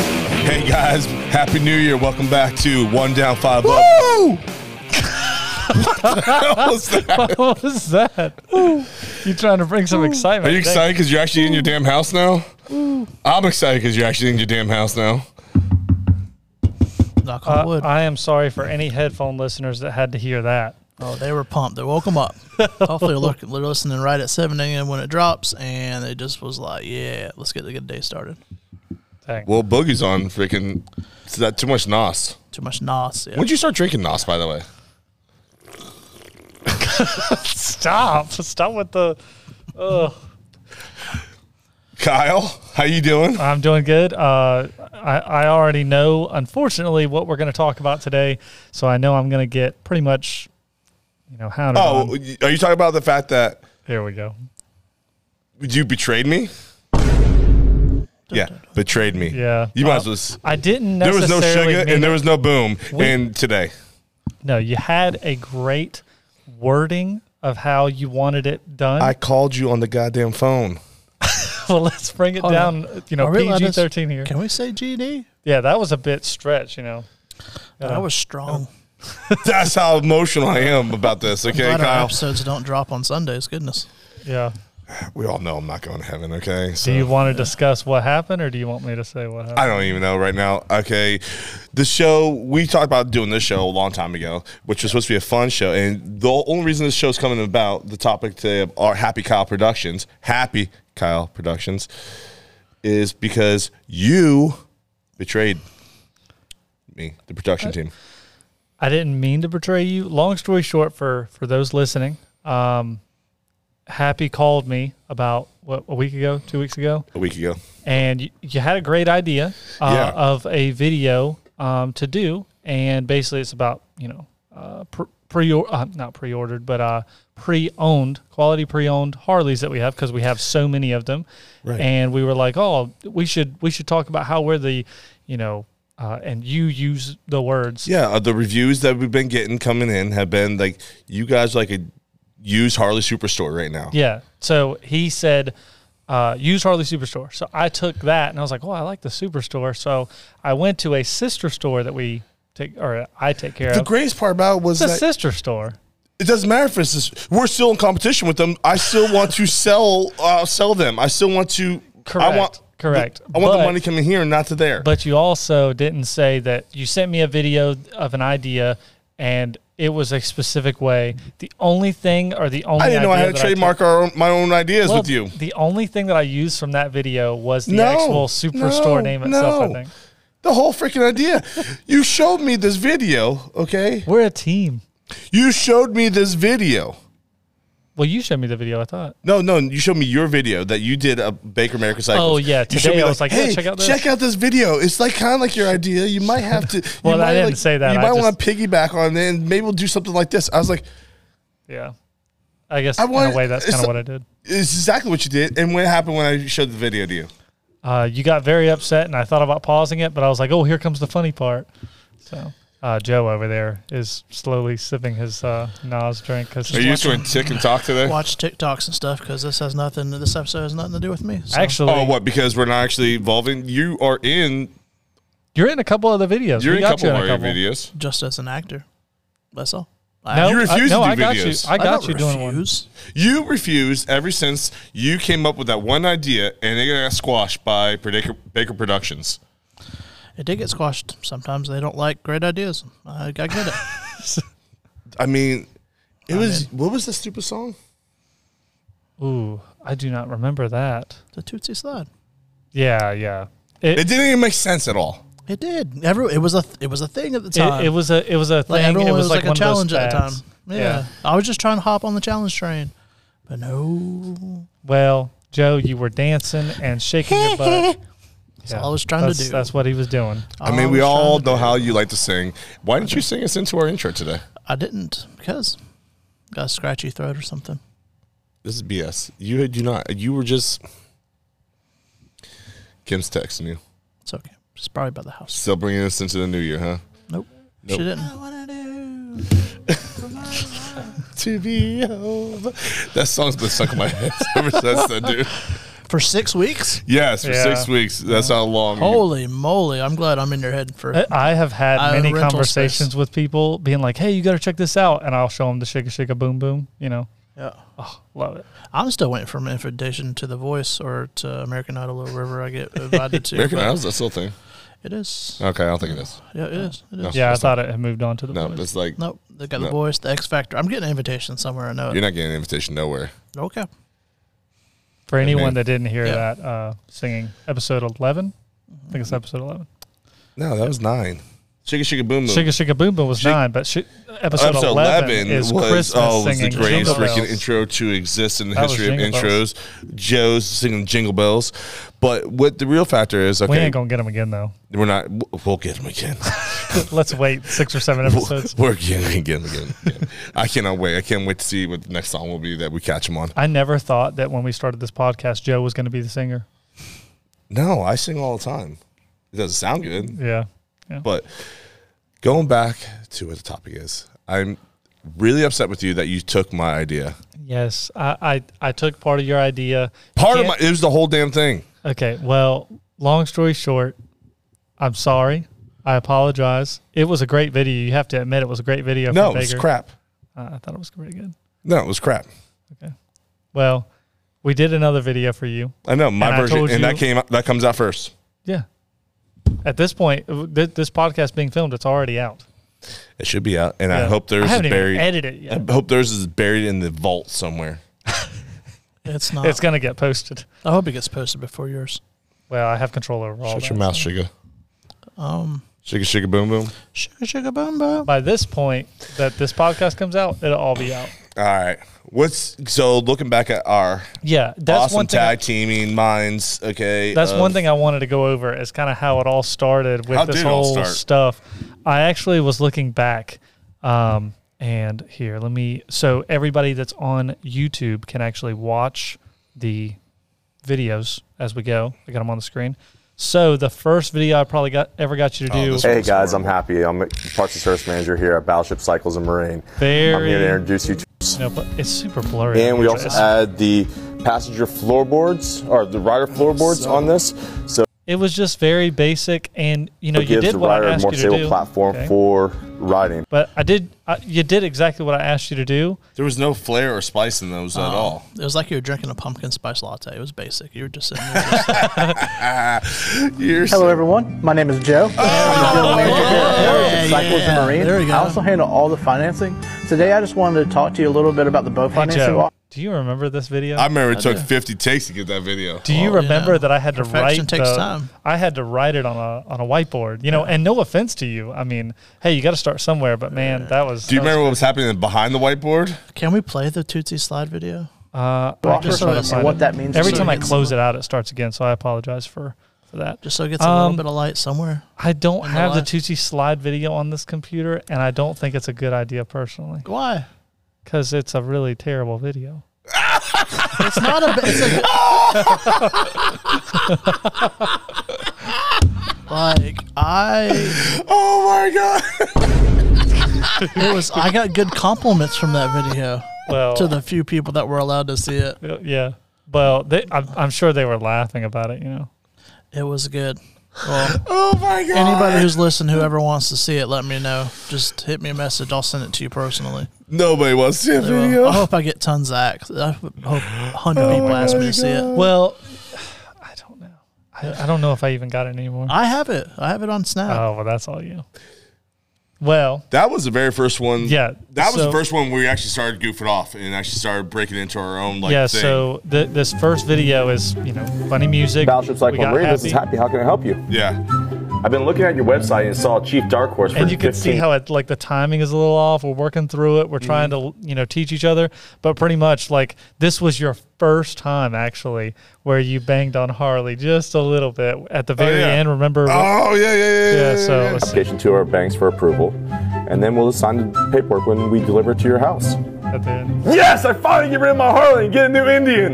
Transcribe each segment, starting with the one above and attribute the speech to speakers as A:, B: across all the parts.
A: right, guys. Happy New Year. Welcome back to One Down Five Up.
B: Woo!
A: What was that?
C: what was that? You're trying to bring some excitement.
A: Are you
C: Thank-
A: excited because you're actually in your damn house now? I'm excited because you're actually in your damn house now.
B: Knock on
C: Uh,
B: wood.
C: I am sorry for any headphone listeners that had to hear that.
B: oh, they were pumped. They woke them up. Hopefully, they're, look, they're listening right at 7 a.m. when it drops, and they just was like, yeah, let's get the good day started.
C: Dang.
A: Well, Boogie's on freaking. Is that too much Nos?
B: Too much nos. Yeah.
A: When'd you start drinking Nos, by the way?
C: Stop. Stop with the. Ugh.
A: Kyle, how you doing?
C: I'm doing good. Uh, I, I already know, unfortunately, what we're going to talk about today. So I know I'm going to get pretty much, you know, hounded.
A: Oh,
C: on.
A: are you talking about the fact that
C: Here we go.
A: you betrayed me? Yeah, betrayed me.
C: Yeah.
A: You might
C: Uh,
A: as well. s-
C: I didn't
A: There was
C: necessarily.
A: no sugar
C: mean
A: and there was no boom
C: We-
A: in today.
C: No, you had a great wording of how you wanted it done.
A: I called you on the goddamn phone.
C: well, let's bring it
B: Hold
C: down. You know,
B: Are we allowed to
C: PG
B: s-
C: thirteen here.
B: Can we say GD?
C: yeah, that was a bit stretch. You know.
B: That was strong.
A: That's how emotional I am about this. Okay,
B: Glad our
A: Kyle.
B: episodes don't drop on Sundays. Goodness.
C: Yeah.
A: We all know I'm not going to heaven. Okay. So
C: Do you want to discuss what happened, or do you want me to say what happened?
A: I don't even know right now. Okay. The show, we talked about doing this show a long time ago, which was supposed to be a fun show. And the only reason this show's coming about, the topic today of our Happy Kyle Productions, Happy Kyle Productions, is because you betrayed me, the production team.
C: I didn't mean to betray you. Long story short, for for those listening, um, Happy called me about what a week ago, two weeks ago,
A: A week ago.
C: and you, you had a great idea uh,
A: Yeah.
C: of a video um, to do, and basically it's about you know uh, pre- pre uh, not pre ordered but uh, pre owned quality pre owned Harleys that we have because we have so many of them,
A: Right.
C: and we were like, oh, we should we should talk about how we're the you know. Uh, and you use the words
A: Yeah, uh, the reviews that we've been getting coming in have been like you guys are like a used Harley Superstore right now.
C: Yeah. So he said, uh, use Harley Superstore. So I took that and I was like, oh, I like the Superstore. So I went to a sister store that we take, or I take care
A: The
C: of.
A: greatest part about it was
C: It's a
A: that
C: sister store.
A: it doesn't matter if it's this, we're still in competition with them. I still want to sell uh, sell them. I still want to I
C: Correct,
A: want
C: correct.
A: I want the
C: But-
A: money coming here and not to there.
C: But you also didn't say that you sent me a video of an idea and it was a specific way. The only thing or the only
A: I didn't know I had
C: idea
A: to
C: that took-
A: trademark our own, my own ideas
C: Well,
A: with you.
C: The only thing that I used from that video was the
A: No,
C: actual superstore
A: no,
C: name itself, I
A: no.
C: think.
A: The whole freaking idea. you showed me this video, okay?
C: We're a team.
A: You showed me this video.
C: Well, you showed me the video, I thought.
A: No, no, you showed me your video that you did a Baker America cycle.
C: Oh, yeah,
A: you showed
C: today
A: me
C: I was like, yeah, check out this."
A: check out this video. It's like kind of like your idea. You might have to. you
C: Well, I
A: might,
C: didn't
A: like-
C: say that.
A: You
C: I
A: might want
C: just-
A: to piggyback on it, and maybe we'll do something like this. I was like,
C: Yeah. I guess
A: I
C: in
A: want-
C: a way that's kind
A: it's-
C: of what I did.
A: It's exactly what you did. And what happened when I showed the video to you?
C: Uh, you got very upset, and I thought about pausing it, but I was like, "Oh, here comes the funny part." So uh, Joe over there is slowly sipping his uh, Nas drink because
A: doing tick and talk today?
B: Watch TikToks and stuff because this has nothing, this episode has nothing to do with me. so.
C: actually
A: Oh, what? Because we're not actually evolving. You are in.
C: you're in a couple of the videos.
A: You're
C: We
A: in a
C: got
A: couple
C: you
A: of our videos.
B: just as an actor. That's all.
C: No,
A: You
C: uh,
A: refuse
C: no,
A: to do
C: I got
A: videos.
C: you. I got
B: don't
C: you doing one.
B: refuse.
A: You refused ever since you came up with that one idea, and it got squashed by Baker, Baker Productions.
B: It did get squashed. Sometimes they don't like great ideas. I, I get it.
A: I mean, it was what was the stupid song?
C: Ooh, I do not remember that.
B: the Tootsie Slide.
C: Yeah, yeah. It
A: It
C: it,
A: didn't even make sense at all.
B: It did. Every it was a th- it was a thing at the time.
C: it, was a it was a thing.
B: like everyone
C: it
B: was, like,
C: one
B: a
C: of those
B: challenge at the time.
C: fads.
B: Yeah. I was just trying to hop on the challenge train, but no,
C: Well, Joe, you were dancing and shaking your butt.
B: that's all I was trying
C: That's-
B: to do.
C: That's what he was doing.
A: Oh, I mean, we
B: was
A: all
B: trying to
A: know
B: do-
A: how you like to sing. Why didn't you sing us into our intro today?
B: I didn't because got a scratchy throat or something.
A: This is BS. You do not. You were just. Kim's texting you.
B: It's okay. She's probably by the house.
A: Still bringing us into the new year, huh?
B: Nope,
A: Nope.
B: she didn't.
A: To be over. That song's been stuck in my head ever since then, dude.
B: for six weeks.
A: Yes, for
C: Yeah.
A: six weeks. That's how long.
B: Holy moly! I'm glad I'm in your head for.
C: I- I have had
B: Uh,
C: many
B: rental
C: conversations
B: space.
C: with people being like, "Hey, you got to check this out," and I'll show them the shika shika boom boom. You know,
B: Yeah.
C: love it.
B: I'm still waiting for an invitation to The Voice or to American Idol or wherever I get invited to.
A: American
B: but
A: Idol's that still a thing?
B: It is.
A: Okay, I don't think it is.
B: Yeah, it is. It is.
A: Uh, No.
C: Yeah, I
A: That's
C: thought it had moved on to the.
A: No,
C: boys.
A: it's like
B: Nope. They got
A: No.
B: The Voice, The X Factor. I'm getting an invitation somewhere. I know
A: you're
B: it.
A: not getting an invitation nowhere.
B: Okay.
C: For anyone
A: man.
C: that didn't hear
B: Yeah.
C: that uh, singing episode eleven, I think it's episode eleven.
A: No, that was nine. Shigga Shigga Boom Boom.
C: Shika Shika Boom Boom was
A: Shik-
C: nine, but sh- episode,
A: Episode
C: 11,
A: 11
C: is
A: was,
C: Christmas
A: oh, was the
C: singing
A: greatest
C: Jingle
A: freaking
C: Bells.
A: intro to exist in the
C: That was
A: history of
C: Jingle
A: intros.
C: Bells.
A: Joe's singing Jingle Bells. But what the real factor is,
C: We
A: okay,
C: ain't gonna get them again though.
A: we are not, we'll get him again.
C: Let's wait six or seven
A: We'll-
C: episodes.
A: We're getting again, again, again. I cannot wait. I can't wait to see what the next song will be that we catch him on.
C: I never thought that when we started this podcast, Joe was going to be the singer.
A: No, I sing all the time. It doesn't sound good.
C: Yeah,
A: But going back to what the topic is, I'm really upset with you that you took my idea.
C: yes, I I, I took part of your idea. You
A: Part of
C: can't-
A: my it was the whole damn thing.
C: Okay, well, long story short, I'm sorry. I apologize. It was a great video. You have to admit it was a great video.
A: No,
C: for
A: it was
C: Baker.
A: crap.
C: Uh, I thought it was pretty good.
A: No, it was crap.
C: Well, we did another video for you.
A: I know my
C: And I
A: version,
C: told
A: and that
C: you-
A: came out- that comes out first.
C: Yeah. At this point, w- th- this podcast being filmed, it's already out.
A: It should be out, and I
C: Yeah.
A: hope
C: I
A: there's is
C: haven't
A: buried.
C: even edited it yet.
A: I hope theirs is buried in the vault somewhere.
B: It's not.
C: It's gonna get posted.
B: I hope it gets posted before yours.
C: Well, I have control over all.
A: Shut
C: that,
A: your mouth,
C: so.
A: sugar.
B: Um,
A: Sugar, sugar, boom, boom.
B: sugar, sugar, boom, boom.
C: By this point, that this podcast comes out, it'll all be out.
A: All right. What's so looking back at our
C: Yeah, that's
A: awesome
C: one thing. I-
A: tag teaming minds? Okay, uh,
C: That's
A: of-
C: one thing I wanted to go over is kind of how it all started with
A: How
C: this
A: did it all
C: whole
A: start?
C: stuff. I actually was looking back, um, and here, let me. So everybody that's on YouTube can actually watch the videos as we go. I got them on the screen. So the first video I probably got ever got you to
A: Oh,
C: do.
A: this
D: Hey
A: That's
D: guys, I'm
A: horrible.
D: happy. I'm Parts and Service Manager here at Battleship Cycles and Marine. I'm
C: very
D: here to introduce you to.
C: no, but it's super blurry.
D: And we also
C: It's-
D: add the passenger floorboards or the rider floorboards on this, so
C: it was just very basic, and you know
D: it
C: you
D: gives
C: did
D: the
C: what I
D: rider a
C: asked
D: more
C: you to
D: stable
C: do.
D: platform
C: Okay.
D: for riding.
C: But I did. I, you did exactly what I asked you to do.
A: There was no flair or spice in those
C: Oh.
A: at all.
B: It was like you were drinking a pumpkin spice latte. It was basic. You were just sitting there. Just,
A: You're
E: Hello, everyone. My name is Joe. I'm the general manager here at Heritage Cycles and Marine.
B: There we go.
E: I also handle all the financing. Today, I just wanted to talk to you a little bit about the boat
C: Hey,
E: financing.
C: Joe, do you remember this video?
A: I remember it took 50 takes to get that video.
C: do you
B: Well,
C: remember
B: Oh, yeah.
C: that I had to
B: Perfection
C: write?
B: takes
C: the-
B: time.
C: I had to write it on a on a whiteboard, you know. And no offense to you, I mean, hey, you got to start somewhere. But man, that was.
A: Do you remember what was happening behind the whiteboard?
B: Can we play the Tootsie slide video?
C: Uh,
E: Well,
C: I just
E: first
C: tried to
E: of all,
C: find
E: what
C: it.
E: that means
C: Every
E: is-
C: time I close it out, it starts again. So I apologize for for that.
B: Just so it gets a
C: Um,
B: little bit of light somewhere.
C: I don't
B: in the
C: have the
B: live.
C: Tootsie slide video on this computer, and I don't think it's a good idea personally
B: Why?
C: because it's a really terrible video.
B: It's not a. It's a like I,
A: Oh my god!
B: it was. I got good compliments from that video.
C: Well,
B: To the few people that were allowed to see it,
C: yeah. Well, they, I'm, I'm sure they were laughing about it, you know.
B: it was good. Well,
A: Oh my god!
B: anybody who's listened, whoever wants to see it, let me know. Just hit me a message. I'll send it to you personally.
A: Nobody wants to see a
B: Well,
A: video.
B: I hope I get tons of acts. I hope a hundred
A: Oh
B: people ask me to see it.
C: Well, I don't know. I, I don't know if I even got it anymore.
B: I have it. I have it on Snap.
C: oh, well, that's all you. Well,
A: That was the very first one.
C: Yeah,
A: that was the
C: so-
A: first one where we actually started goofing off and actually started breaking into our own like.
C: yeah.
A: Thing.
C: So th this first video is you know funny music.
D: Battleship
C: We
D: Cycles and
C: got
D: Marine. This is
C: happy,
D: happy. How can I help you?
A: yeah,
D: I've been looking at your website and saw Chief Dark Horse for
C: and you can
D: 15
C: see how it like the timing is a little off. We're working through it. We're
D: Mm-hmm.
C: trying to you know teach each other, but pretty much like this was your first time actually where you banged on Harley just a little bit at the very
A: yeah.
C: end. Remember?
A: Oh yeah, yeah, yeah.
C: yeah. So let's see.
D: application to our banks for approval, and then we'll assign the paperwork when we deliver it to your house.
C: At the end.
D: Yes, I finally get rid of my Harley and get a new Indian.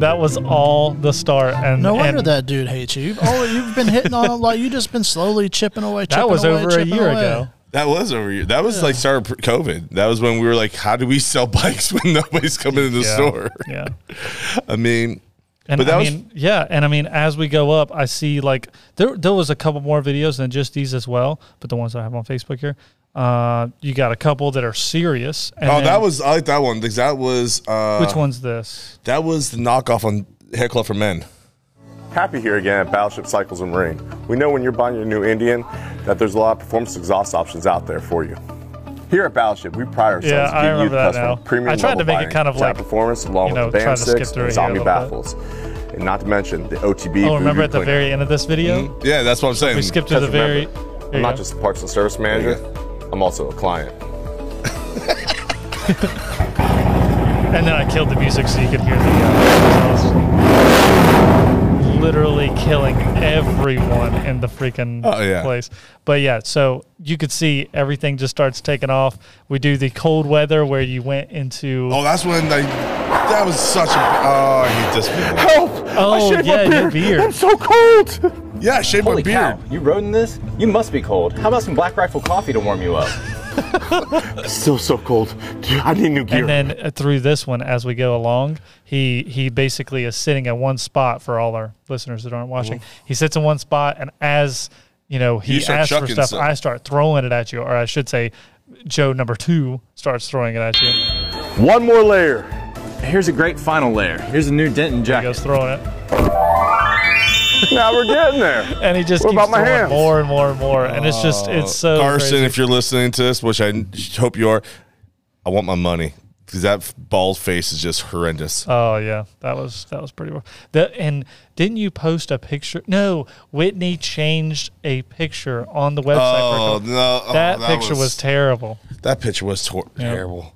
C: That was all the start. And
B: No wonder
C: and
B: that dude hates you. Oh, you've been hitting on him like you just been slowly chipping away. Chipping
C: that was
B: away,
C: over a
B: chipping
C: year
B: away.
C: ago.
A: That was over. year. That was like started pre- COVID. That was when we were like, how do we sell bikes when nobody's coming to the
C: Yeah.
A: store?
C: Yeah.
A: I mean,
C: And
A: But that
C: I
A: was-
C: mean, yeah, and I mean, as we go up, I see like there there was a couple more videos than just these as well, but the ones that I have on Facebook here, uh, you got a couple that are serious. And
A: oh,
C: then-
A: that was I like that one because that was uh,
C: which one's this?
A: that was the knockoff on Hair Club for Men.
D: Happy here again at Battleship Cycles and Marine. We know when you're buying your new Indian that there's a lot of performance exhaust options out there for you. Here at Battleship, we pride ourselves
C: Yeah,
D: to
C: I
D: give you
C: remember
D: the
C: that
D: customer
C: now.
D: premium
C: I tried
D: level
C: to make it
D: buying,
C: kind of
D: top
C: like,
D: performance along
C: you
D: with
C: know,
D: the
C: try
D: band
C: to
D: six
C: skip through here
D: and
C: a
D: zombie
C: little bit.
D: baffles, and not to mention the OTB.
C: Oh, remember
D: voodoo
C: at the
D: cleaner.
C: very end of this video,
A: Yeah, that's what I'm saying.
C: we skipped to the
D: Because
C: very.
D: remember,
C: there you
D: I'm not
C: go.
D: just a parts and service manager. I'm also a client.
C: And then I killed the music so you could hear the. Uh, so I was literally killing everyone in the freaking
A: Oh, yeah.
C: place. But yeah, so you could see everything just starts taking off. We do the cold weather where you went into.
A: Oh, that's when they. That was such a. Oh, I hate this. Video.
D: Help!
C: Oh,
D: shaved
C: yeah, your beard.
D: so cold.
A: Yeah, shave my
F: Holy
A: beard.
F: cow, you rode in this? You must be cold. How about some Black Rifle coffee to warm you up?
D: Still so cold. Dude, I need new gear.
C: and then uh, through this one as we go along he he basically is sitting at one spot for all our listeners that aren't watching he sits in one spot and as you know
A: You
C: he
A: start
C: asks for
A: chucking
C: stuff
A: stuff.
C: i start throwing it at you or i should say joe number two starts throwing it at you he
D: One more layer.
F: Here's a great final layer. Here's a new Denton
C: goes
F: jacket.
C: throwing it
D: Now we're getting there.
C: and he just
D: What
C: keeps
D: about my
C: throwing
D: hands?
C: more and more and more and it's just it's so
A: Uh, Carson,
C: crazy.
A: if you're listening to this, which I n- hope you are, I want my money because that f- bald face is just horrendous.
C: Oh yeah, that was that was pretty rough. The, and didn't you post a picture? No, Whitney changed a picture on the website.
A: Oh,
C: for a couple-
A: no. Oh,
C: that, picture was, terrible.
A: that picture was tor- terrible.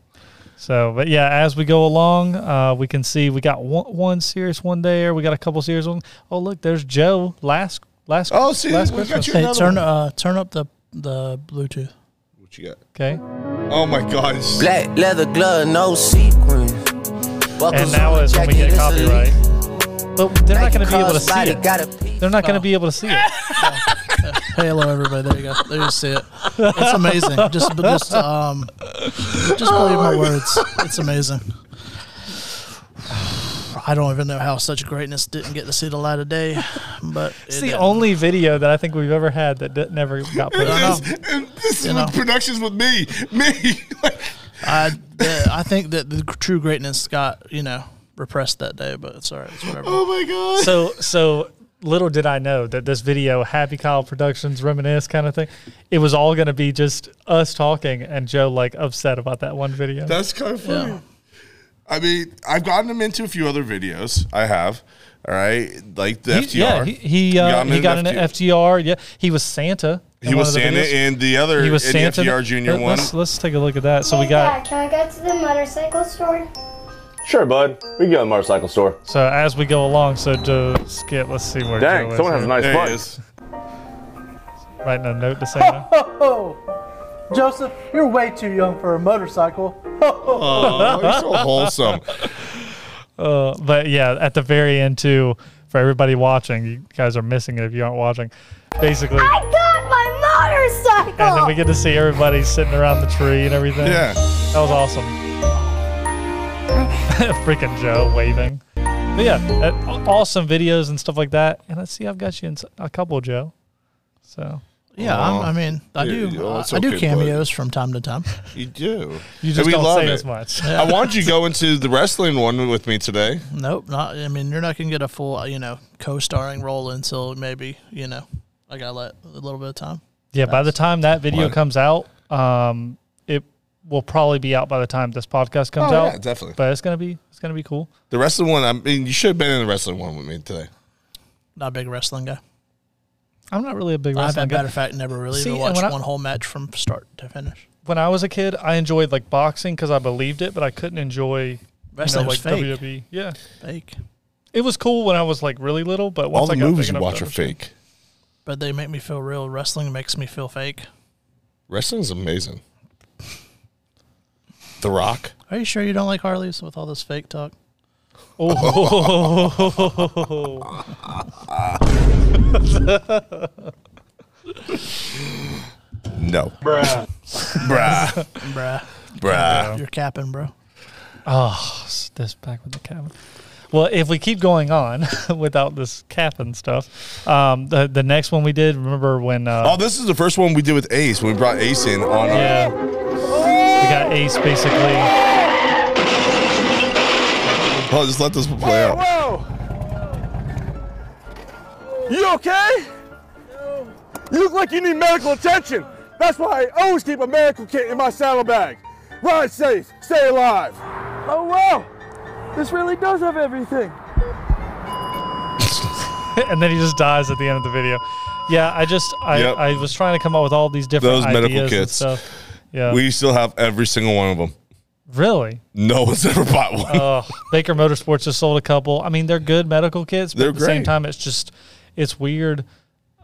C: So, but yeah, as we go along, uh, we can see we got one, one serious one there. We got a couple serious one. Oh look, there's Joe last last.
A: Oh, see,
C: last
A: we got
C: Christmas.
A: you
B: Hey,
A: another
B: turn
A: one.
B: uh turn up the the Bluetooth.
A: What you got?
C: Okay,
A: Oh my God! it's-
G: Black leather glove, no sequins.
C: and now is when we get copyright. But they're not going to be able to see it. They're not going to be able to see it.
B: Hey, hello everybody. There you go. There you see it. It's amazing. Just but just um just
H: Oh
B: believe my words. It's amazing. I don't even know how such greatness didn't get to see the light of day, but
C: It's
B: it
C: the
B: did.
H: oh.
C: only video that I think we've ever had that d- never got put out.
B: I know.
A: This, and this
B: You
A: is
B: know.
A: with productions with me, me. Like,
B: I the- I think that the true greatness got you know repressed that day, but it's all right. It's whatever.
A: oh my God!
C: so so little did I know that this video, Happy Kyle Productions, reminisce kind of thing, it was all going to be just us talking and Joe like upset about that one video.
A: That's kind of funny.
B: Yeah.
A: I mean, I've gotten him into a few other videos. I have. All right, like the
C: He-
A: FTR.
C: Yeah, he he, uh,
A: got him
C: he
A: in
C: got
A: the
C: an FTR. Yeah, he was Santa. in
A: He
C: one
A: was
C: of the
A: Santa
C: videos.
A: and the other
C: He was
A: in
C: Santa.
A: the FTR Junior
C: Let-
A: one.
C: Let's, let's take a look at that. So we
I: Hey,
C: got
I: Dad, can I go to the motorcycle store?
D: Sure, bud. We can go to the motorcycle store.
C: so as we go along. So Joe, skip. Let's see where.
D: Dang,
C: Joe
D: someone
C: is
D: has a nice
A: There he
D: butt.
A: is.
C: writing a note to Santa.
H: Joseph, you're way too young for a motorcycle.
A: Oh, he's so wholesome.
C: Uh, but yeah, at the very end too, for everybody watching, you guys are missing it if you aren't watching. Basically.
I: I got my motorcycle!
C: And then we get to see everybody sitting around the tree and everything.
A: Yeah.
C: That was awesome. Freaking Joe waving. But yeah, uh, awesome videos and stuff like that. And let's see, I've got you in s- a couple, Joe. So
B: Yeah, I'm, I mean, I
A: Yeah,
B: do
A: yeah,
B: I-
A: it's
B: I do
A: okay,
B: cameos from time to time.
A: You do.
C: you
A: And
C: just
A: we
C: don't
A: love
C: say
A: it.
C: as much.
A: I want you to go into the wrestling one with me today.
B: Nope, not. I mean, you're not gonna get a full uh, you know co-starring role until maybe you know I got let a little bit of time.
C: Yeah, by the time that video
A: What?
C: comes out, um, it will probably be out by the time this podcast comes
A: Oh,
C: out.
A: yeah, definitely.
C: But it's gonna be it's gonna be cool.
A: The wrestling one. I mean, you should have been in the wrestling one with me today.
B: Not a big wrestling guy.
C: I'm not really a big
B: I've,
C: wrestling guy.
B: matter of fact, never really
C: See,
B: even
C: and
B: watched
C: when I-
B: one whole match from start to finish.
C: When I was a kid, I enjoyed like boxing because I believed it, but I couldn't enjoy you know,
B: Wrestling
C: like
B: was fake.
C: WWE. Yeah.
B: Fake,
C: It was cool when I was like really little, but once
A: All the
C: I got
A: movies
C: big
A: you
C: enough
A: watch
C: to
A: are fake.
B: but they make me feel real. Wrestling makes me feel fake.
A: Wrestling's amazing. The Rock.
B: Are you sure you don't like Harley's with all this fake talk?
C: Oh.
A: No. Bruh. Bruh.
B: bruh.
A: Bruh.
B: You're capping, bro.
C: Oh, s- this back with the cabin. Well, if we keep going on without this cap and stuff, um, the the next one we did, remember when? Uh,
A: Oh, this is the first one we did with Ace when we brought Ace in on. uh,
C: yeah, we got Ace basically.
A: Oh, just let this one play out.
D: You okay? You look like you need medical attention. That's why I always keep a medical kit in my saddlebag. Ride safe, stay alive. Oh wow, this really does have everything.
C: and then he just dies at the end of the video. Yeah, I just I,
A: Yep.
C: I was trying to come up with all these different
A: Those
C: ideas
A: medical
C: and
A: kits.
C: stuff. Yeah,
A: We still have every single one of them.
C: really.
A: No one's ever bought one.
C: Oh, Baker Motorsports just sold a couple. I mean, they're good medical kits, but
A: They're
C: at the same
A: great.
C: time, it's just it's weird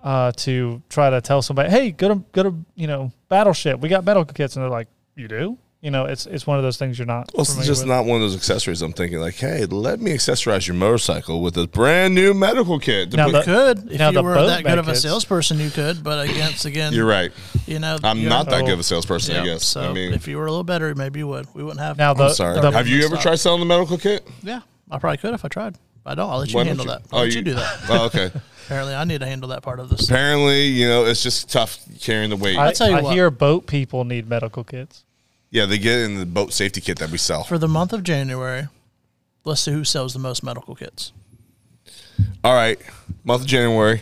C: uh, to try to tell somebody, "Hey, go to go to you know Battleship. We got medical kits," and they're like, "You do?" You know, it's it's one of those things you're not.
A: Well, it's
C: familiar
A: just
C: with.
A: not one of those accessories. I'm thinking like, hey, let me accessorize your motorcycle with a brand new medical kit. to
C: Now
A: put-
C: the-
B: Could if
C: Now the
B: you were
C: boat
B: that good of a
C: magnets.
B: salesperson, you could. But against again,
A: you're right.
B: You know,
A: I'm
B: you're-
A: not that
C: Oh.
A: good of a salesperson.
B: Yeah,
A: I guess.
B: So
A: I mean,
B: if you were a little better, maybe you would. We wouldn't have.
C: now the,
A: I'm sorry.
C: the-
A: have you ever
B: stop.
A: tried selling the medical kit?
B: yeah, I probably could if I tried. But I don't. I'll let you
A: Why don't
B: handle
A: you-
B: that. I'll
A: Oh,
B: let you,
A: you-
B: do that.
A: Oh, okay.
B: Apparently, I need to handle that part of this.
A: Apparently, you know, it's just tough carrying the weight.
C: I,
B: tell you
C: I
B: what.
C: hear boat people need medical kits.
A: yeah, they get in the boat safety kit that we sell.
B: For the month of January, let's see who sells the most medical kits.
A: All right, month of January.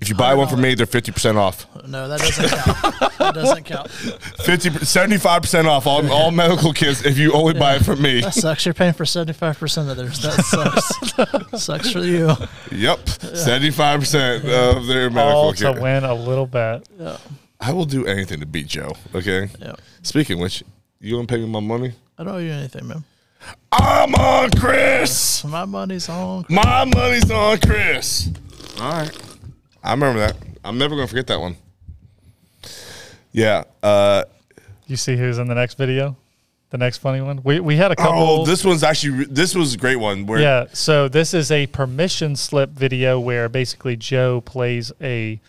A: If you buy one from me, they're fifty percent off.
B: No, that doesn't count. that doesn't count.
A: 75 percent off all, all medical kits if you only buy it from me.
B: That sucks. You're paying for seventy five percent of theirs. That sucks. sucks for you.
A: Yep, seventy-five percent of their medical
C: All to
A: kit.
C: win a little bet.
A: I will do anything to beat Joe. Okay.
B: Yeah.
A: Speaking of which, you gonna pay me my money?
B: I don't owe you anything, man.
A: I'm on Chris.
B: My money's on.
A: My money's on Chris. All right. I remember that. I'm never gonna forget that one. Yeah. Uh,
C: You see who's in the next video? The next funny one. We we had a couple.
A: oh, this one's actually this was a great one. Where
C: Yeah. So this is a permission slip video where basically Joe plays a,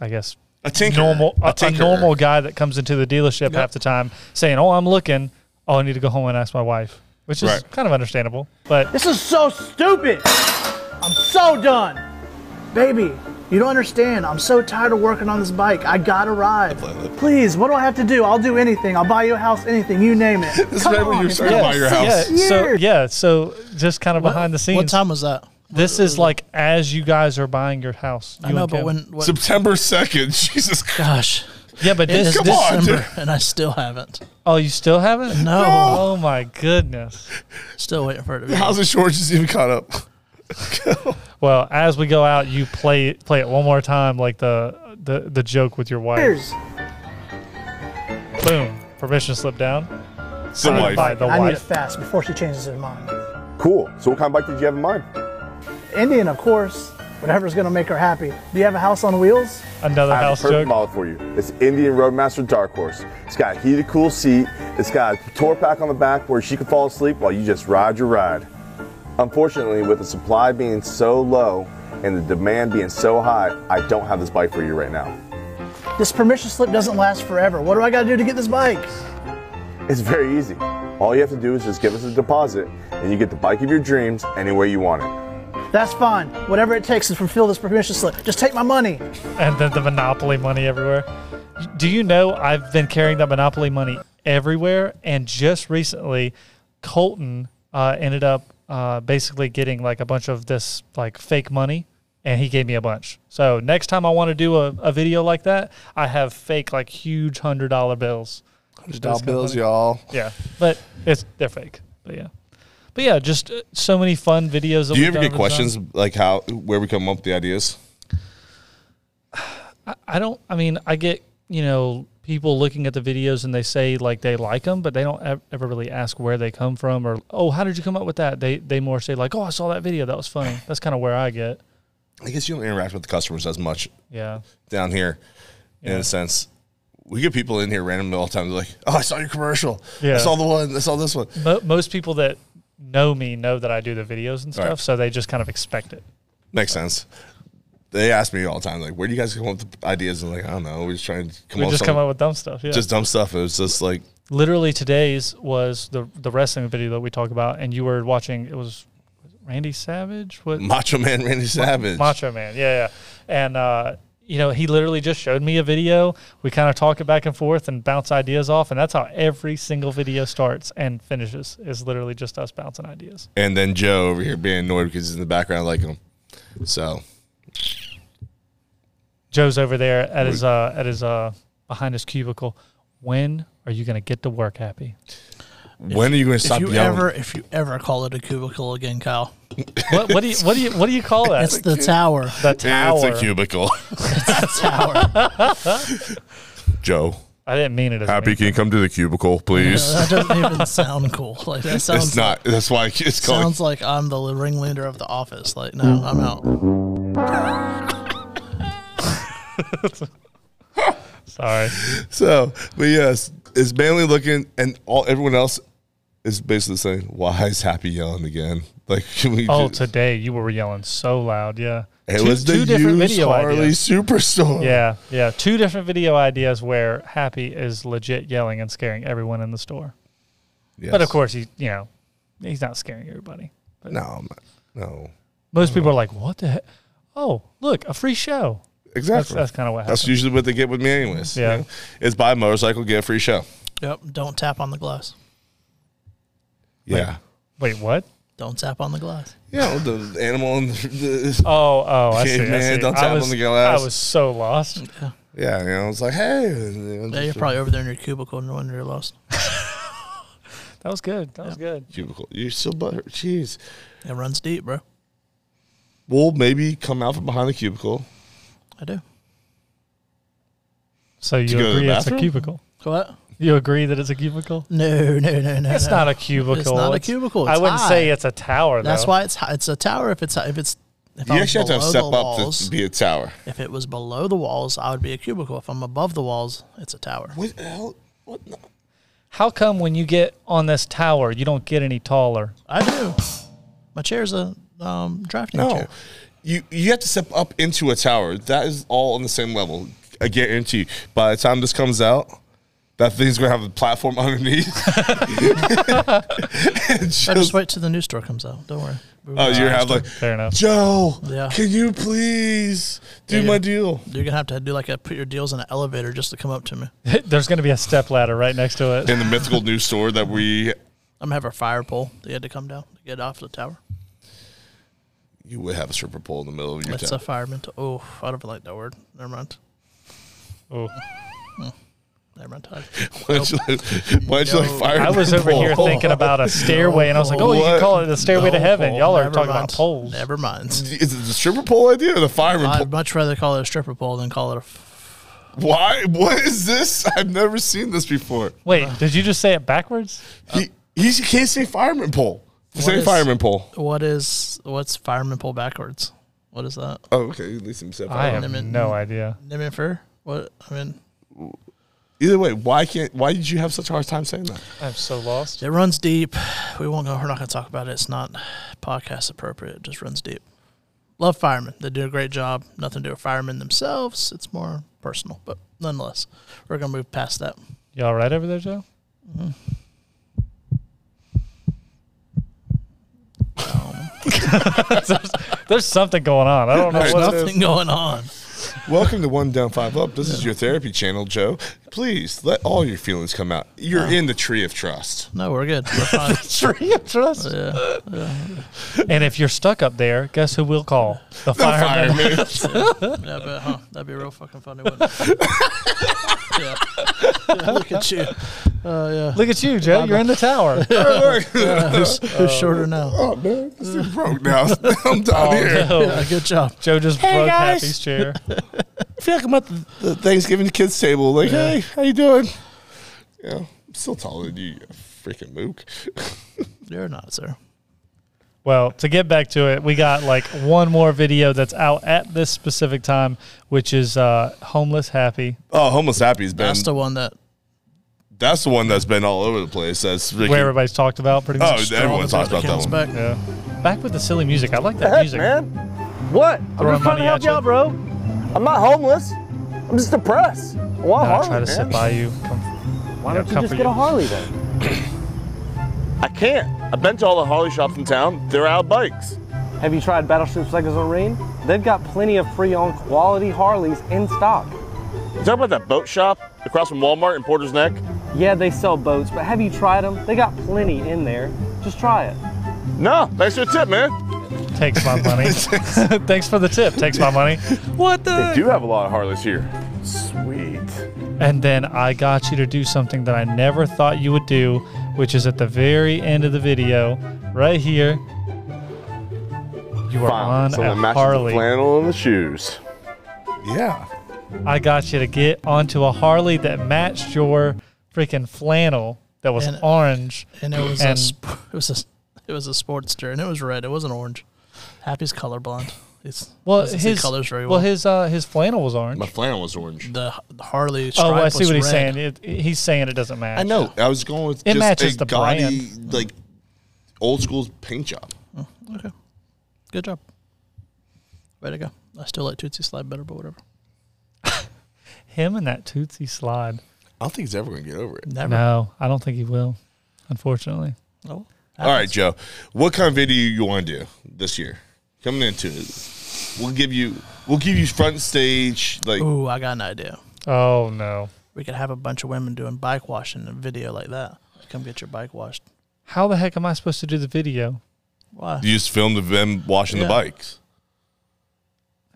C: I guess,
A: a tinker,
C: normal a, a
A: tinker.
C: normal guy that comes into the dealership half the time saying, "Oh, I'm looking. Oh, I need to go home and ask my wife," which is
A: Right.
C: kind of understandable. But
H: This is so stupid. I'm so done.
B: Baby, you don't understand. I'm so tired of working on this bike. I gotta ride.
H: Please, what do I have to do? I'll do anything. I'll buy you a house, anything, you name it.
A: This is right when you're starting to buy your
C: yeah,
A: house.
C: so yeah, so just kind of behind the scenes.
B: What time was that?
C: This is like as you guys are buying your house.
B: I
C: you
B: know,
C: and
B: but
C: Kim.
B: when, when
A: September 2nd. Jesus Christ.
B: gosh,
C: yeah, but
B: it
C: this,
B: is
A: Come
C: this-
A: on,
B: December
A: dude.
B: and I still haven't.
C: oh, you still haven't?
B: No.
C: Oh my goodness.
B: Still waiting for it to be.
A: Housing shortage is even caught up.
C: Well, as we go out, you play play it one more time, like the the, the joke with your wife. Boom. Permission slip down.
A: The wife.
C: By the
H: I need it
C: wife.
H: fast before she changes her mind.
D: Cool. So what kind of bike did you have in mind?
H: Indian, of course. Whatever's gonna make her happy. Do you have a house on wheels?
C: Another
D: I have
C: house
D: a perfect
C: joke.
D: model for you. It's Indian Roadmaster Dark Horse. It's got a heated, cool seat. It's got a tour pack on the back where she can fall asleep while you just ride your ride. Unfortunately, with the supply being so low and the demand being so high, I don't have this bike for you right now.
H: This permission slip doesn't last forever. What do I gotta do to get this bike?
D: It's very easy. All you have to do is just give us a deposit, and you get the bike of your dreams any way you want it.
H: That's fine. Whatever it takes to fulfill this permission slip. Just take my money.
C: And then the Monopoly money everywhere. Do you know I've been carrying that Monopoly money everywhere? And just recently, Colton uh, ended up uh, basically getting like a bunch of this like fake money. And he gave me a bunch. So next time I want to do a, a video like that, I have fake like huge hundred dollar bills.
A: Dollar bills, y'all.
C: Yeah, but it's they're fake. But yeah, but yeah, just uh, so many fun videos. That
A: Do you
C: we've
A: ever
C: done
A: get
C: over the time.
A: questions like how where we come up with the ideas?
C: I don't. I mean, I get you know people looking at the videos and they say like they like them, but they don't ev- ever really ask where they come from or oh how did you come up with that? They they more say like oh I saw that video that was funny. That's kind of where I get.
A: I guess you don't interact with the customers as much
C: Yeah.
A: down here, in a sense. We get people in here randomly all the time. They're like, "Oh, I saw your commercial.
C: Yeah.
A: I saw the one. I saw this one."
C: Mo- most people that know me know that I do the videos and stuff,
A: Right.
C: so they just kind of expect it.
A: Makes sense. They ask me all the time, like, where do you guys come up with ideas? And like, I don't know. We're just trying to come
C: We
A: up
C: just
A: with
C: come up with dumb stuff. Yeah.
A: just dumb stuff. It was just like,
C: literally today's was the the wrestling video that we talk about, and you were watching. It was Randy Savage. What
A: Macho Man Randy Savage.
C: Macho Man? Yeah, yeah. And uh, you know, he literally just showed me a video. We kind of talk it back and forth and bounce ideas off, and that's how every single video starts and finishes. Is literally just us bouncing ideas.
A: and then Joe over here being annoyed because he's in the background like him. So
C: Joe's over there at his uh, at his uh, behind his cubicle. When are you going to get to work, Happy?
A: when are you going to
B: If
A: stop
B: you
A: yelling?
B: ever, if you ever call it a cubicle again, Kyle,
C: What, what do you what do you what do you call that?
B: it's the tower.
C: the
A: Yeah,
C: tower.
A: It's a cubicle.
B: The tower.
A: Joe,
C: I didn't mean it. As
A: happy
C: mean.
A: can you come to the cubicle, please?
B: that doesn't even sound cool. Like that sounds.
A: it's not. That's why it's called.
B: Sounds like I'm the ringleader of the office. Like, no, I'm out.
C: Sorry.
A: So, but yes, it's mainly looking, and all everyone else is basically saying, "Why is Happy yelling again?" Like, can we?
C: Oh,
A: just-
C: today you were yelling so loud. Yeah.
A: it
C: Two-
A: was the
C: two different
A: used
C: video
A: Harley
C: ideas.
A: Superstore.
C: Yeah, yeah. Two different video ideas where Happy is legit yelling and scaring everyone in the store.
A: Yes.
C: But of course, he you know he's not scaring everybody. But
A: no, I'm not- no,
C: most people are like, "What the heck? Oh, look, a free show." That's
A: exactly.
C: that's kind of what
A: That's
C: happened.
A: usually what they get with me, anyways.
C: Yeah.
A: it's buy a motorcycle, get a free show.
B: Yep. Don't tap on the glass.
A: Yeah,
C: Wait, what?
B: Don't tap on the glass.
A: yeah, with the animal and the, the-
C: Oh, oh, I see. I
A: Caveman,
C: see.
A: don't
C: I
A: tap
C: was,
A: on the glass.
C: I was so lost.
A: yeah, you know, it's like hey, you know,
B: Yeah, you're
A: just-
B: probably over there in your cubicle, no wonder you're lost.
C: That was good. That was good.
A: cubicle. You're so butthurt. Jeez.
B: It runs deep, bro.
A: We'll maybe come out from behind the cubicle.
B: I do.
C: So you
A: go to the
C: agree it's a
A: bathroom?
C: cubicle?
B: What?
C: You agree that it's a cubicle?
B: No, no, no, no.
C: It's
B: no.
C: not a cubicle.
B: It's not a cubicle.
C: I
B: It's
C: wouldn't
B: high.
C: say it's a tower. Though.
B: That's why it's hi- it's a tower. If it's hi- if it's if
A: You
B: I'm
A: actually have to
B: below
A: step
B: the
A: up
B: walls,
A: to be a tower.
B: if it was below the walls, I would be a cubicle. If I'm above the walls, it's a tower.
A: What the hell? What? No.
C: How come when you get on this tower, you don't get any taller?
B: I do. My chair's a um, drafting
A: No,
B: chair.
A: you you have to step up into a tower. That is all on the same level. I guarantee. you. By the time this comes out, that thing's gonna have a platform underneath. And
B: I just
A: just-
B: wait till the new store comes out. Don't worry.
A: oh, you have like
C: Fair enough.
A: Joe.
B: Yeah.
A: Can you please do
B: Yeah, yeah.
A: my deal?
B: You're gonna have to do like a put your deals in an elevator just to come up to me.
C: There's going to be a step ladder right next to it.
A: In the mythical new store that we
B: I'm gonna have a fire pole. They had to come down to get off the tower.
A: you would have a stripper pole in the middle of your
B: It's
A: town.
B: a fireman. To- oh, I don't like that word. Never mind. Hmm.
C: Ooh.
B: Never mind.
A: Why don't you, why don't you like
B: No.
A: fire?
C: I was over here
A: people?
C: thinking about a stairway, and I was like, "Oh, you
A: What?
C: can call it the stairway to
B: No,
C: heaven."
B: pole.
C: Y'all are
B: Never
C: talking
B: mind.
C: about poles.
B: Never mind.
A: Is it the stripper pole idea or the fireman pole?
B: I'd much rather call it a stripper pole than call it a. F-
A: Why? What is this? I've never seen this before.
C: Wait, did you just say it backwards?
A: He, he can't say fireman pole. Say
B: is-
A: fireman pole.
B: what is what's fireman pole backwards? What is that?
A: Oh, okay. At least he said
C: I
A: fireman.
C: have
B: Lemon.
C: no idea.
B: Nimifer? What I mean,
A: Either way, why can't? Why did you have such a hard time saying that?
C: I'm so lost.
B: it runs deep. We won't go. We're not going to talk about it. It's not podcast appropriate. It just runs deep. Love firemen. They do a great job. Nothing to do with firemen themselves. It's more personal, but nonetheless, we're going to move past that.
C: Y'all right over there, Joe? there's, there's something going on. I don't know
A: There's
C: what it is.
B: Nothing going on.
A: Welcome to One Down Five Up. This is your therapy channel, Joe. Please let all your feelings come out. You're in the tree of trust.
B: No, we're good. We're fine.
C: Tree of trust.
B: yeah.
C: And if you're stuck up there, guess who we'll call? The, fireman.
A: Fireman.
B: Yeah, but huh, that'd be real fucking funny, wouldn't it? yeah. Yeah, Look at you. Uh, yeah.
C: Look at you, Joe. You're in the tower.
B: Who's, who's shorter now?
A: oh man, this thing broke now. I'm down here.
C: Oh,
B: Yeah, Uh, good job.
C: Joe just broke Happy's chair.
A: I feel like I'm at the, the Thanksgiving kids table. Like, hey, how you doing? Yeah, I'm still taller than you, you freaking mook.
B: You're not, sir.
C: Well, to get back to it, we got like one more video that's out at this specific time, which is uh, homeless happy,
A: Oh, homeless happy's been
B: That's the one that
A: That's the one that's been all over the place. That's freaking,
C: where everybody's talked about pretty
A: oh,
C: much.
A: everyone
B: All the
A: talks about that
B: comes
A: one.
B: back.
C: yeah. Back with the silly music. I like that music.
F: man.
D: What? I'm
C: Throwing
D: just trying
C: money
D: to help
C: at
D: you
C: ya.
D: out, bro. I'm not homeless. I'm just depressed. I want
C: Now I
D: Harley,
C: try to
D: man.
C: sit by you. Come,
D: Why
C: yeah,
D: don't you
C: come
D: just
C: for
D: get
C: you.
D: a Harley then? I can't. I've been to all the Harley shops in town. They're out of bikes.
E: Have you tried Battleship Segas Marine? They've got plenty of pre-owned quality Harleys in stock.
D: You talk about that boat shop across from Walmart in Porter's Neck?
E: Yeah, they sell boats, but have you tried them? They got plenty in there. Just try it.
D: No, thanks for the tip, man.
C: takes my money. Thanks for the tip. Takes my money. What the?
D: Do have a lot of Harleys here. Sweet.
C: And then I got you to do something that I never thought you would do, which is at the very end of the video, right here. You are on
D: so
C: a
D: matches the
C: Harley.
D: flannel and the shoes.
A: Yeah.
C: I got you to get onto a Harley that matched your freaking flannel that was
B: And- uh,
C: orange.
B: and it was a
C: And-
B: sp- it was a it was a sportster, and it was red. It wasn't orange. Happy's colorblind. It's
C: Well,
B: doesn't
C: his
B: see colors very well.
C: Well, his uh, his flannel was orange.
A: My flannel was orange.
B: the the Harley.
C: Oh,
B: Stripe
C: I see
B: was
C: what he's
B: red.
C: saying. It, it- he's saying it doesn't match.
A: I know. I was going with
C: It
A: just
C: matches
A: a
C: the
A: gaudy, like old school paint job.
B: Good job. Way to go. I still like Tootsie Slide better, but whatever.
C: Him and that Tootsie slide.
A: I don't think he's ever gonna get over it.
B: Never.
C: No, I don't think he will, unfortunately.
B: Oh,
A: All right, Joe. What kind of video you want to do this year? Coming into it, we'll give you we'll give you front stage like
B: Ooh, I got an idea.
C: Oh, no.
B: We could have a bunch of women doing bike washing in a video like that. Come get your bike washed.
C: How the heck am I supposed to do the video?
B: Why?
A: you just film them washing
B: Yeah.
A: the bikes.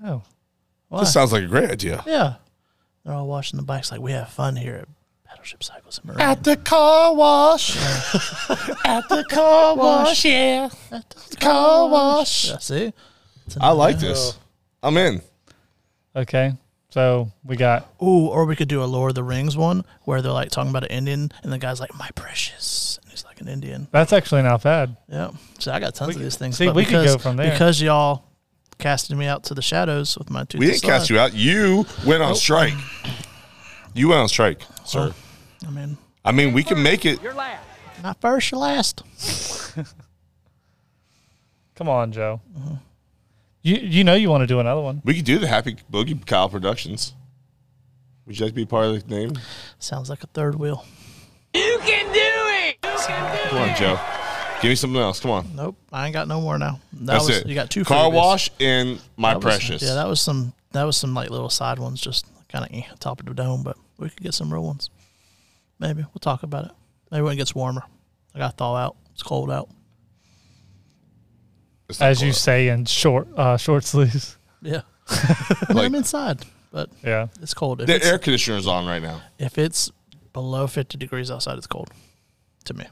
C: Oh,
B: Why?
A: This sounds like a great idea.
B: yeah. They're all washing the bikes like we have fun here at Battleship Cycles and Marine.
A: the car wash. At the car wash, yeah. Car wash.
B: Yeah, see? It's an
A: I like
B: idea.
A: this. I'm in.
C: okay. So we got
B: Ooh, or we could do a Lord of the Rings one where they're like talking about an Indian and the guy's like, my precious. And he's like an Indian.
C: that's actually not bad.
B: Yeah. So I got tons of these things.
C: see,
B: but
C: we could go
B: because,
C: from there.
B: Because y'all casted me out to the shadows with my two.
A: We didn't cast you out. You went on strike. You went on strike, sir.
B: I mean,
A: I mean, we can make it.
B: not first, you're last.
C: Come on, Joe. You you know you want to do another one.
A: We could do the Happy Boogie Kyle Productions. Would you like to be part of the name?
B: Sounds like a third wheel.
A: Come on, Joe. Give me something else. Come on.
B: Nope, I ain't got no more now. That
A: That's
B: was
A: it.
B: you got two
A: Car
B: freebies.
A: wash and my
B: That was-
A: precious.
B: yeah, that was some that was some like little side ones, just kind of eh, top of the dome. But we could get some real ones. Maybe we'll talk about it. Maybe when it gets warmer, I got to thaw out. It's cold out.
A: It's not
C: As you
A: cool.
C: say in short uh, short sleeves.
B: Yeah,
A: like,
B: I'm inside, but
C: Yeah.
B: it's cold. If
A: the
B: it's,
A: air conditioner's on right now.
B: if it's below 50 degrees outside, it's cold to me.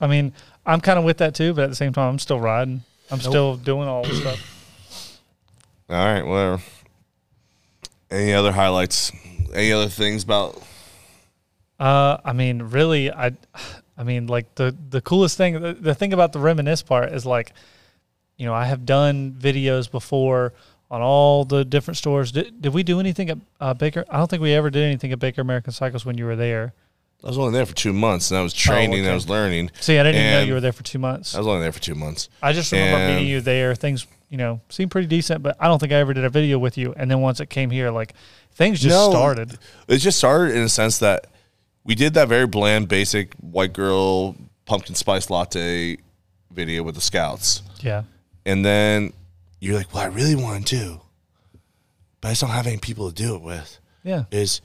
C: I mean, I'm kind of with that too, but at the same time, I'm still riding. I'm still doing all the stuff.
A: All right, whatever. Any other highlights? Any other things about?
C: Uh, I mean, really, I, I mean, like the the coolest thing, the, the thing about the reminisce part is like, you know, I have done videos before on all the different stores. Did, did we do anything at uh, Baker? I don't think we ever did anything at Baker American Cycles when you were there.
A: I was only there for two months,
B: Oh,
A: and I was training, and I
C: okay.
A: was learning.
C: See, I didn't even know
A: And-
C: you were there for two months.
A: I was only there for two months.
C: I just remember
A: And-
C: meeting you there. Things, you know, seemed pretty decent, but I don't think I ever did a video with you. And then once it came here, like things just
A: No.
C: started.
A: It just started in a sense that we did that very bland, basic white girl pumpkin spice latte video with the scouts.
C: Yeah.
A: and then you're like, "Well, I really want to do, but I just don't have any people to do it with."
C: Yeah.
A: Is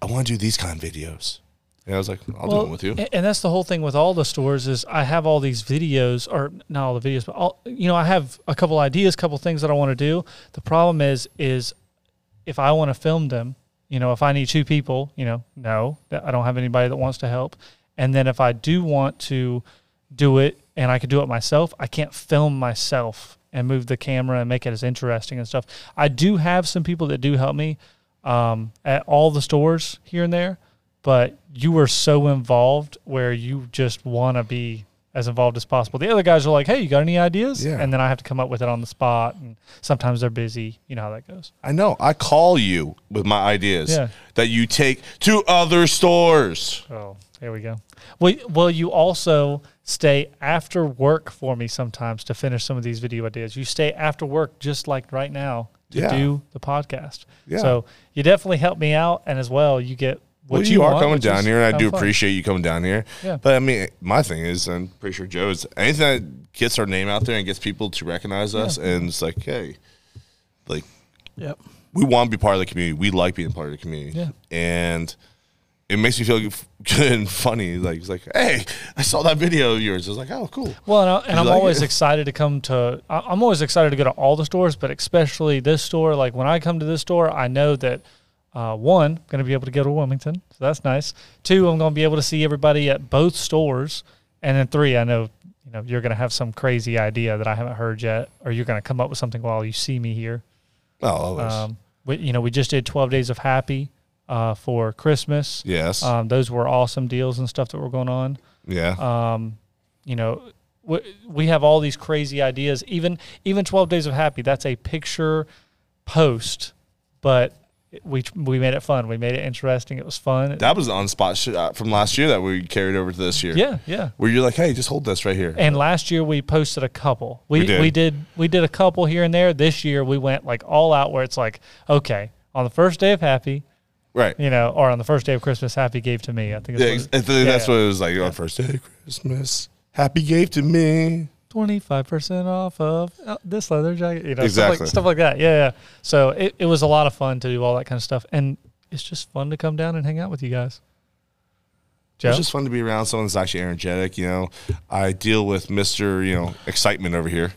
A: I want to do these kind of videos, and I was like, "I'll do
C: Well,
A: one with you."
C: a- And that's the whole thing with all the stores is I have all these videos, or not all the videos, but all you know, I have a couple ideas, couple things that I want to do. The problem is, is if I want to film them, you know, if I need two people, you know, no, that I don't have anybody that wants to help. And then if I do want to do it and I could do it myself, I can't film myself and move the camera and make it as interesting and stuff. I do have some people that do help me um, at all the stores here and there, but you were so involved where you just want to be as involved as possible. The other guys are like, "Hey, you got any ideas?"
A: Yeah.
C: And then I have to come up with it on the spot, and sometimes they're busy. You know how that goes.
A: I know. I call you with my ideas
C: Yeah.
A: that you take to other stores.
C: Oh, there we go. Well, well, you also stay after work for me sometimes to finish some of these video ideas. You stay after work just like right now to
A: Yeah.
C: do the podcast.
A: Yeah.
C: So you definitely help me out, and as well, you get what
A: Well, you, are
C: want,
A: coming
C: which
A: down
C: is
A: here, and I
C: kinda
A: do
C: fun.
A: appreciate you coming down here.
C: Yeah.
A: But I mean, my thing is, I'm pretty sure Joe's anything that gets our name out there and gets people to recognize us, and it's like, hey, like
B: Yep.
A: we want to be part of the community. We like being part of the community.
C: Yeah.
A: And it makes me feel f- good and funny. Like it's like, hey, I saw that video of yours. I was like, oh, cool.
C: Well, and, I, and I'm
A: like
C: always
A: it?
C: excited to come to. I- I'm always excited to go to all the stores, but especially this store. Like when I come to this store, I know that uh, one, I'm going to be able to go to Wilmington, so that's nice. Two, I'm going to be able to see everybody at both stores, and then three, I know you know you're going to have some crazy idea that I haven't heard yet, or you're going to come up with something while you see me here.
A: Oh, always.
C: Um, we, you know, we just did 12 days of happy uh, for Christmas.
A: yes.
C: Um, those were awesome deals and stuff that were going on
A: yeah.
C: uh, you know we, we have all these crazy ideas even even 12 days of happy that's a picture post but we we made it fun we made it interesting it was fun
A: that was the on spot sh- uh, from last year that we carried over to this year.
C: yeah yeah
A: Where you're like, hey, just hold this right here.
C: and last year we posted a couple we,
A: We
C: we,
A: did.
C: did. we did a couple here and there this year we went like all out where it's like okay on the first day of happy
A: right.
C: you know or on the first day of christmas happy gave to me i think
A: Yeah,
C: it's
A: ex- I think that's what it was like on first day of Christmas. Happy gave to me.
C: 25% off of uh, this leather jacket, you know,
A: Exactly.
C: stuff, like, stuff like that. Yeah, yeah. So it, it was a lot of fun to do all that kind of stuff. And it's just fun to come down and hang out with you guys. Joe?
A: It's just fun to be around someone that's actually energetic. You know, I deal with Mister, you know, excitement over here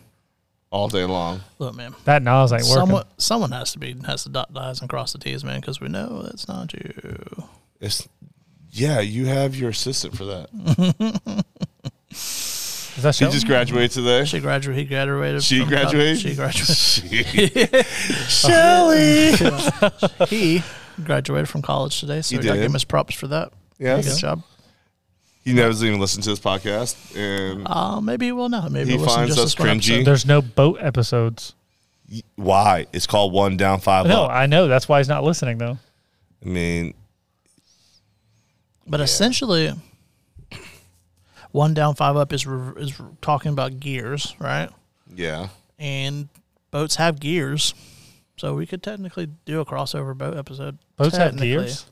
A: all day long.
B: Look, man.
C: that Nas ain't working.
B: Someone, someone has to be has to dot the i's and cross the t's, man, because we know that's not you.
A: It's yeah, you have your assistant for that.
C: Is that
A: She
C: Shelton?
A: just graduated today.
B: She graduated. He graduated.
A: She
B: from college.
A: graduated.
B: She graduated.
A: Shelly.
B: he graduated from college today, so
A: He
B: we got to
A: did.
B: give him his props for that.
A: Yes.
B: Good job.
A: He never even listened to this podcast, and
B: Uh, maybe he will now. Maybe
A: He
B: he'll listen
A: finds
B: just
A: us
B: this one
A: cringy.
B: episode.
C: There's no boat episodes.
A: why? It's called one down five
C: No,
A: up.
C: I know. That's why he's not listening, though.
A: I mean,
B: But essentially, one down, five up is re- is talking about gears, right?
A: yeah.
B: And boats have gears, so we could technically do a crossover boat episode.
C: Boats have
B: technically.
C: gears.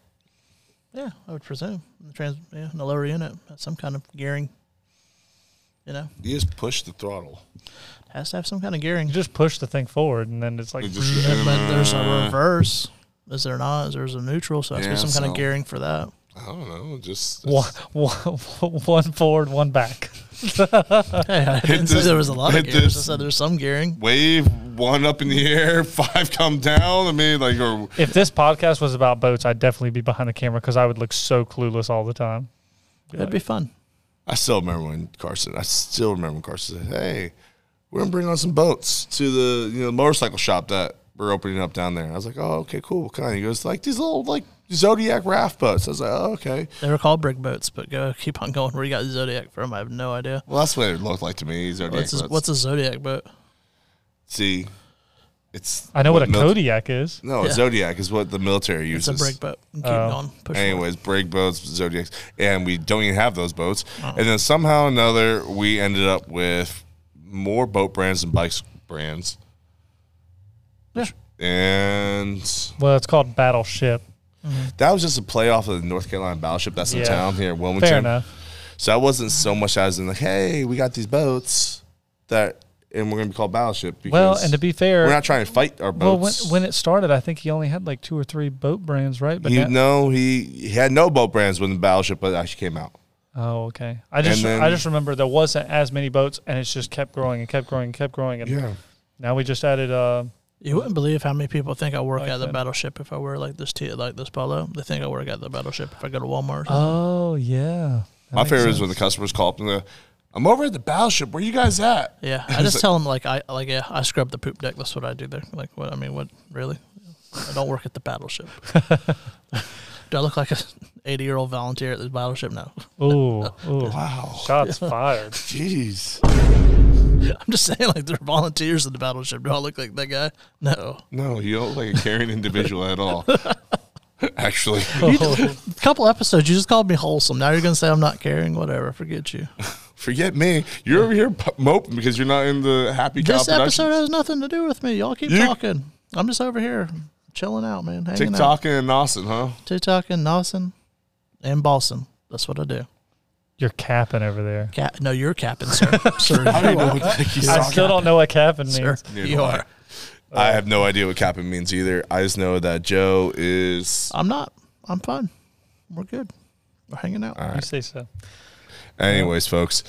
B: Yeah, I would presume the trans yeah, in the lower unit has some kind of gearing. You know,
A: You just push the throttle.
B: has to have some kind of gearing.
C: You just push the thing forward, and then it's like,
A: It just-
B: Yeah, but there's a reverse. Is there not? Is there's a neutral? So it has to be
A: Yeah,
B: some kind
A: so-
B: of gearing for that.
A: I don't know. Just
C: one, one, one forward, one back.
B: Hey, I didn't say
A: this-
B: there was a lot of
A: hit
B: gears. I
A: this.
B: said there's some gearing.
A: wave one up in the air, five come down. I mean, like, or
C: If this podcast was about boats, I'd definitely be behind the camera because I would look so clueless all the time.
B: That'd be fun.
A: I still remember when Carson. I still remember when Carson said, "Hey, we're gonna bring on some boats to the you know motorcycle shop that we're opening up down there." I was like, "Oh, okay, cool." Kind of. He goes like these little like Zodiac raft boats. I was like, "Oh, okay."
B: They were called brick boats, but go keep on going. Where you got Zodiac from? I have no idea.
A: Well, that's what it looked like to me. Zodiac
B: What's a,
A: boats.
B: what's a Zodiac boat?
A: See, it's
C: I know what, a
A: mil-
C: Kodiak is.
A: No, a
B: Yeah.
A: Zodiac is what the military
B: It's
A: uses.
B: a brick boat. Keep
C: Oh.
B: going. Push forward.
A: Anyways, break boats, Zodiacs, and we don't even have those boats.
C: Uh-uh.
A: And then somehow or another, we ended up with more boat brands than bikes brands.
B: Yeah.
A: And
C: Well, it's called Battleship.
A: that was just a playoff of the North Carolina Battleship that's in
C: Yeah.
A: town here in Wilmington.
C: Fair enough.
A: So that wasn't so much as in like, hey, we got these boats that, and we're going to be called Battleship. Because
C: Well, and to be fair,
A: we're not trying to fight our
C: well, when,
A: boats.
C: when it started, I think he only had like two or three boat brands, right? But
A: you
C: now-
A: know, he, he had no boat brands when the Battleship actually came out.
C: oh, okay. I just
A: And then-
C: I just remember there wasn't as many boats, and it's just kept growing and kept growing and kept growing. And now we just added. Uh,
B: You wouldn't believe how many people think I work at the
C: that.
B: battleship if I wear like this t- like this polo. They think I work at the battleship if I go to Walmart. or something.
C: oh yeah. That
A: My
C: makes
A: favorite is
C: sense.
A: when the customers call up and they're, I'm over at the battleship. Where you guys at?
B: Yeah, I just tell them like I like yeah I scrub the poop deck. That's what I do there. Like what I mean, what really? I don't work at the battleship. do I look like a eighty year old volunteer at the battleship? No,
C: Ooh, ooh.
A: Wow.
C: Shots fired.
A: Jeez.
B: I'm just saying like they're volunteers at the battleship. Do I look like that guy? No.
A: No, you don't look like a caring individual at all. Actually,
B: Oh. A couple episodes, you just called me wholesome. Now you're gonna say I'm not caring. Whatever, forget you.
A: Forget me. You're over here p- moping because you're not in the happy cow
B: This episode
A: production.
B: has nothing to do with me. Y'all keep
A: You-
B: talking. I'm just over here chilling out, man. Hanging out.
A: TikTok and Nossen, huh?
B: TikTok and Nelson and Balsam. That's what I do.
C: You're capping over there.
B: Cap- no, you're capping, sir.
A: I
B: sir, you
A: don't even know
B: are.
A: what the heck you
C: I
A: said.
C: still don't know what capping means.
B: Sir,
A: Neither
B: you
A: do I.
B: are.
A: I have no idea what capping means either. I just know that Joe is.
B: I'm not. I'm fine. We're good. We're hanging out.
C: You say so.
A: Anyways, folks,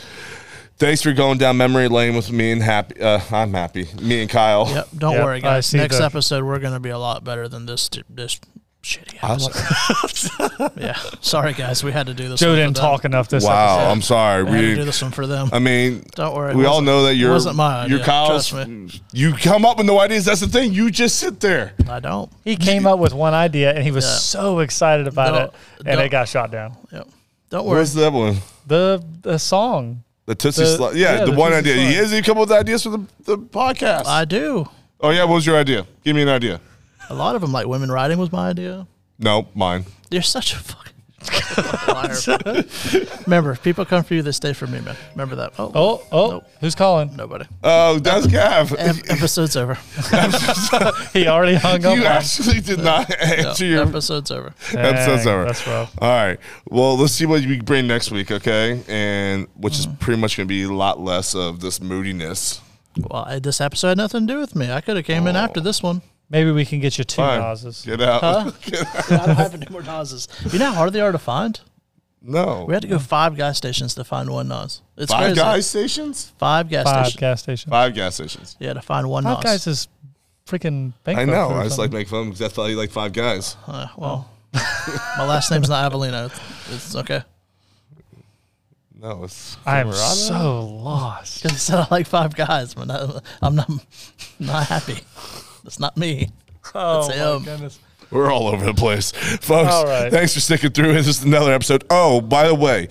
A: thanks for going down memory lane with me and happy. Uh, I'm happy. Me and Kyle.
B: Yep. Don't
C: Yep,
B: worry,
C: I
B: guys.
C: see
B: Next
C: the-
B: episode, we're going to be a lot better than this this shitty
A: I
B: episode.
A: like-
B: yeah. Sorry, guys. We had to do this.
C: Joe
B: one for
C: didn't
B: them.
C: talk enough this
A: wow,
C: episode.
A: I'm sorry.
B: We had to do
A: We,
B: this one for them.
A: I mean,
B: Don't worry. it
A: Uh, we all
B: wasn't-
A: know that you're.
B: wasn't my
A: You're
B: idea,
A: Kyle's.
B: trust
A: You come up with no ideas. That's the thing. You just sit there.
B: I don't.
C: He came up with one idea and he was so excited about
B: Don't-
C: it, and
B: don't-
C: it got shot down.
B: Yep. Don't worry.
A: What's that one?
C: The the song.
A: The Tootsie
C: The-
A: Slide. Yeah,
C: yeah,
A: the,
C: the
A: one
C: Tootsie
A: idea. He
C: Slide.
A: has he come up with ideas for the, the podcast.
B: I do.
A: oh, yeah. What was your idea? Give me an idea.
B: A lot of them, like women riding, was my idea.
A: No, mine.
B: You're such a fucking liar. Remember, people come for you, they stay for me, man. Remember that. Oh,
C: Oh oh, who's calling?
B: nobody.
A: Oh, that's Gav.
B: Ep- episode's over.
C: He already hung up.
A: You
C: on-
A: actually did not answer your
B: episode's over.
A: episode's
C: Dang,
A: over.
C: That's rough.
A: All right. Well, let's see what you bring next week, okay? And which
B: Hmm.
A: is pretty much going to be a lot less of this moodiness.
B: Well, I, this episode had nothing to do with me. I could have came in after this one.
C: Maybe we can get you two
A: Fine.
C: Nazes.
A: Get out.
B: I don't have any more Nazes. You know how hard they are to find?
A: No.
B: We had to go five gas stations to find one Nas. It's
A: Five
B: crazy.
A: gas stations?
B: Five gas
C: Five
B: stations.
C: gas stations.
A: Five gas stations.
B: yeah, to find one
C: Five
B: Nas.
C: guys is freaking bankrupt.
A: I know.
C: or
A: I just like
C: something.
A: make fun because that's how you like five guys.
B: Uh, well,
C: Oh.
B: my last name's not Avellino. It's, it's okay.
A: No, it's
C: I am
A: Camarada?
C: so lost.
B: Because it said I like five guys, but I, I'm not, not happy. That's not me.
C: Oh
B: That's him.
C: my goodness.
A: We're all over the place, folks.
C: All right.
A: Thanks for sticking through. This is another episode. Oh, by the way,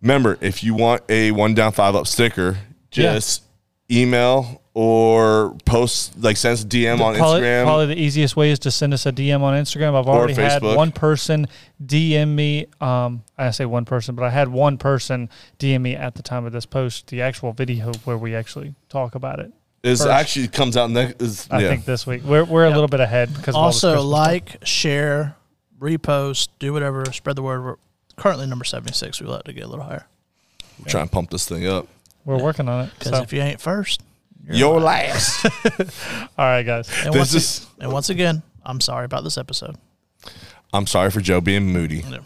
A: remember if you want a one down five up sticker,
C: Yeah.
A: just email or post like send us a DM on
C: probably,
A: Instagram.
C: probably the easiest way is to send us a DM on Instagram. I've already had
A: Facebook.
C: one person DM me. Um, I say one person, but I had one person DM me at the time of this post the actual video where we actually talk about it.
A: It's
C: first.
A: actually comes out next. Is,
C: I
A: yeah.
C: think this week we're we're a little bit ahead because of all this
B: Also,
C: Christmas stuff.
B: like, share, repost, do whatever, spread the word. We're currently number 76. We'd like to get a little higher.
A: We're trying to pump this thing up.
C: we're working on it.
B: Because
C: So,
B: if you ain't first,
A: Your last.
C: all right, guys.
B: and,
A: This
B: once,
A: is.
B: and once again, I'm sorry about this episode.
A: I'm sorry for Joe being moody,
B: Yeah.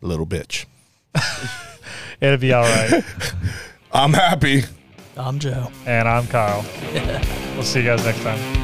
A: little bitch.
C: It'll be all right.
A: I'm happy.
B: I'm Joe.
C: and I'm Kyle. We'll see you guys next time.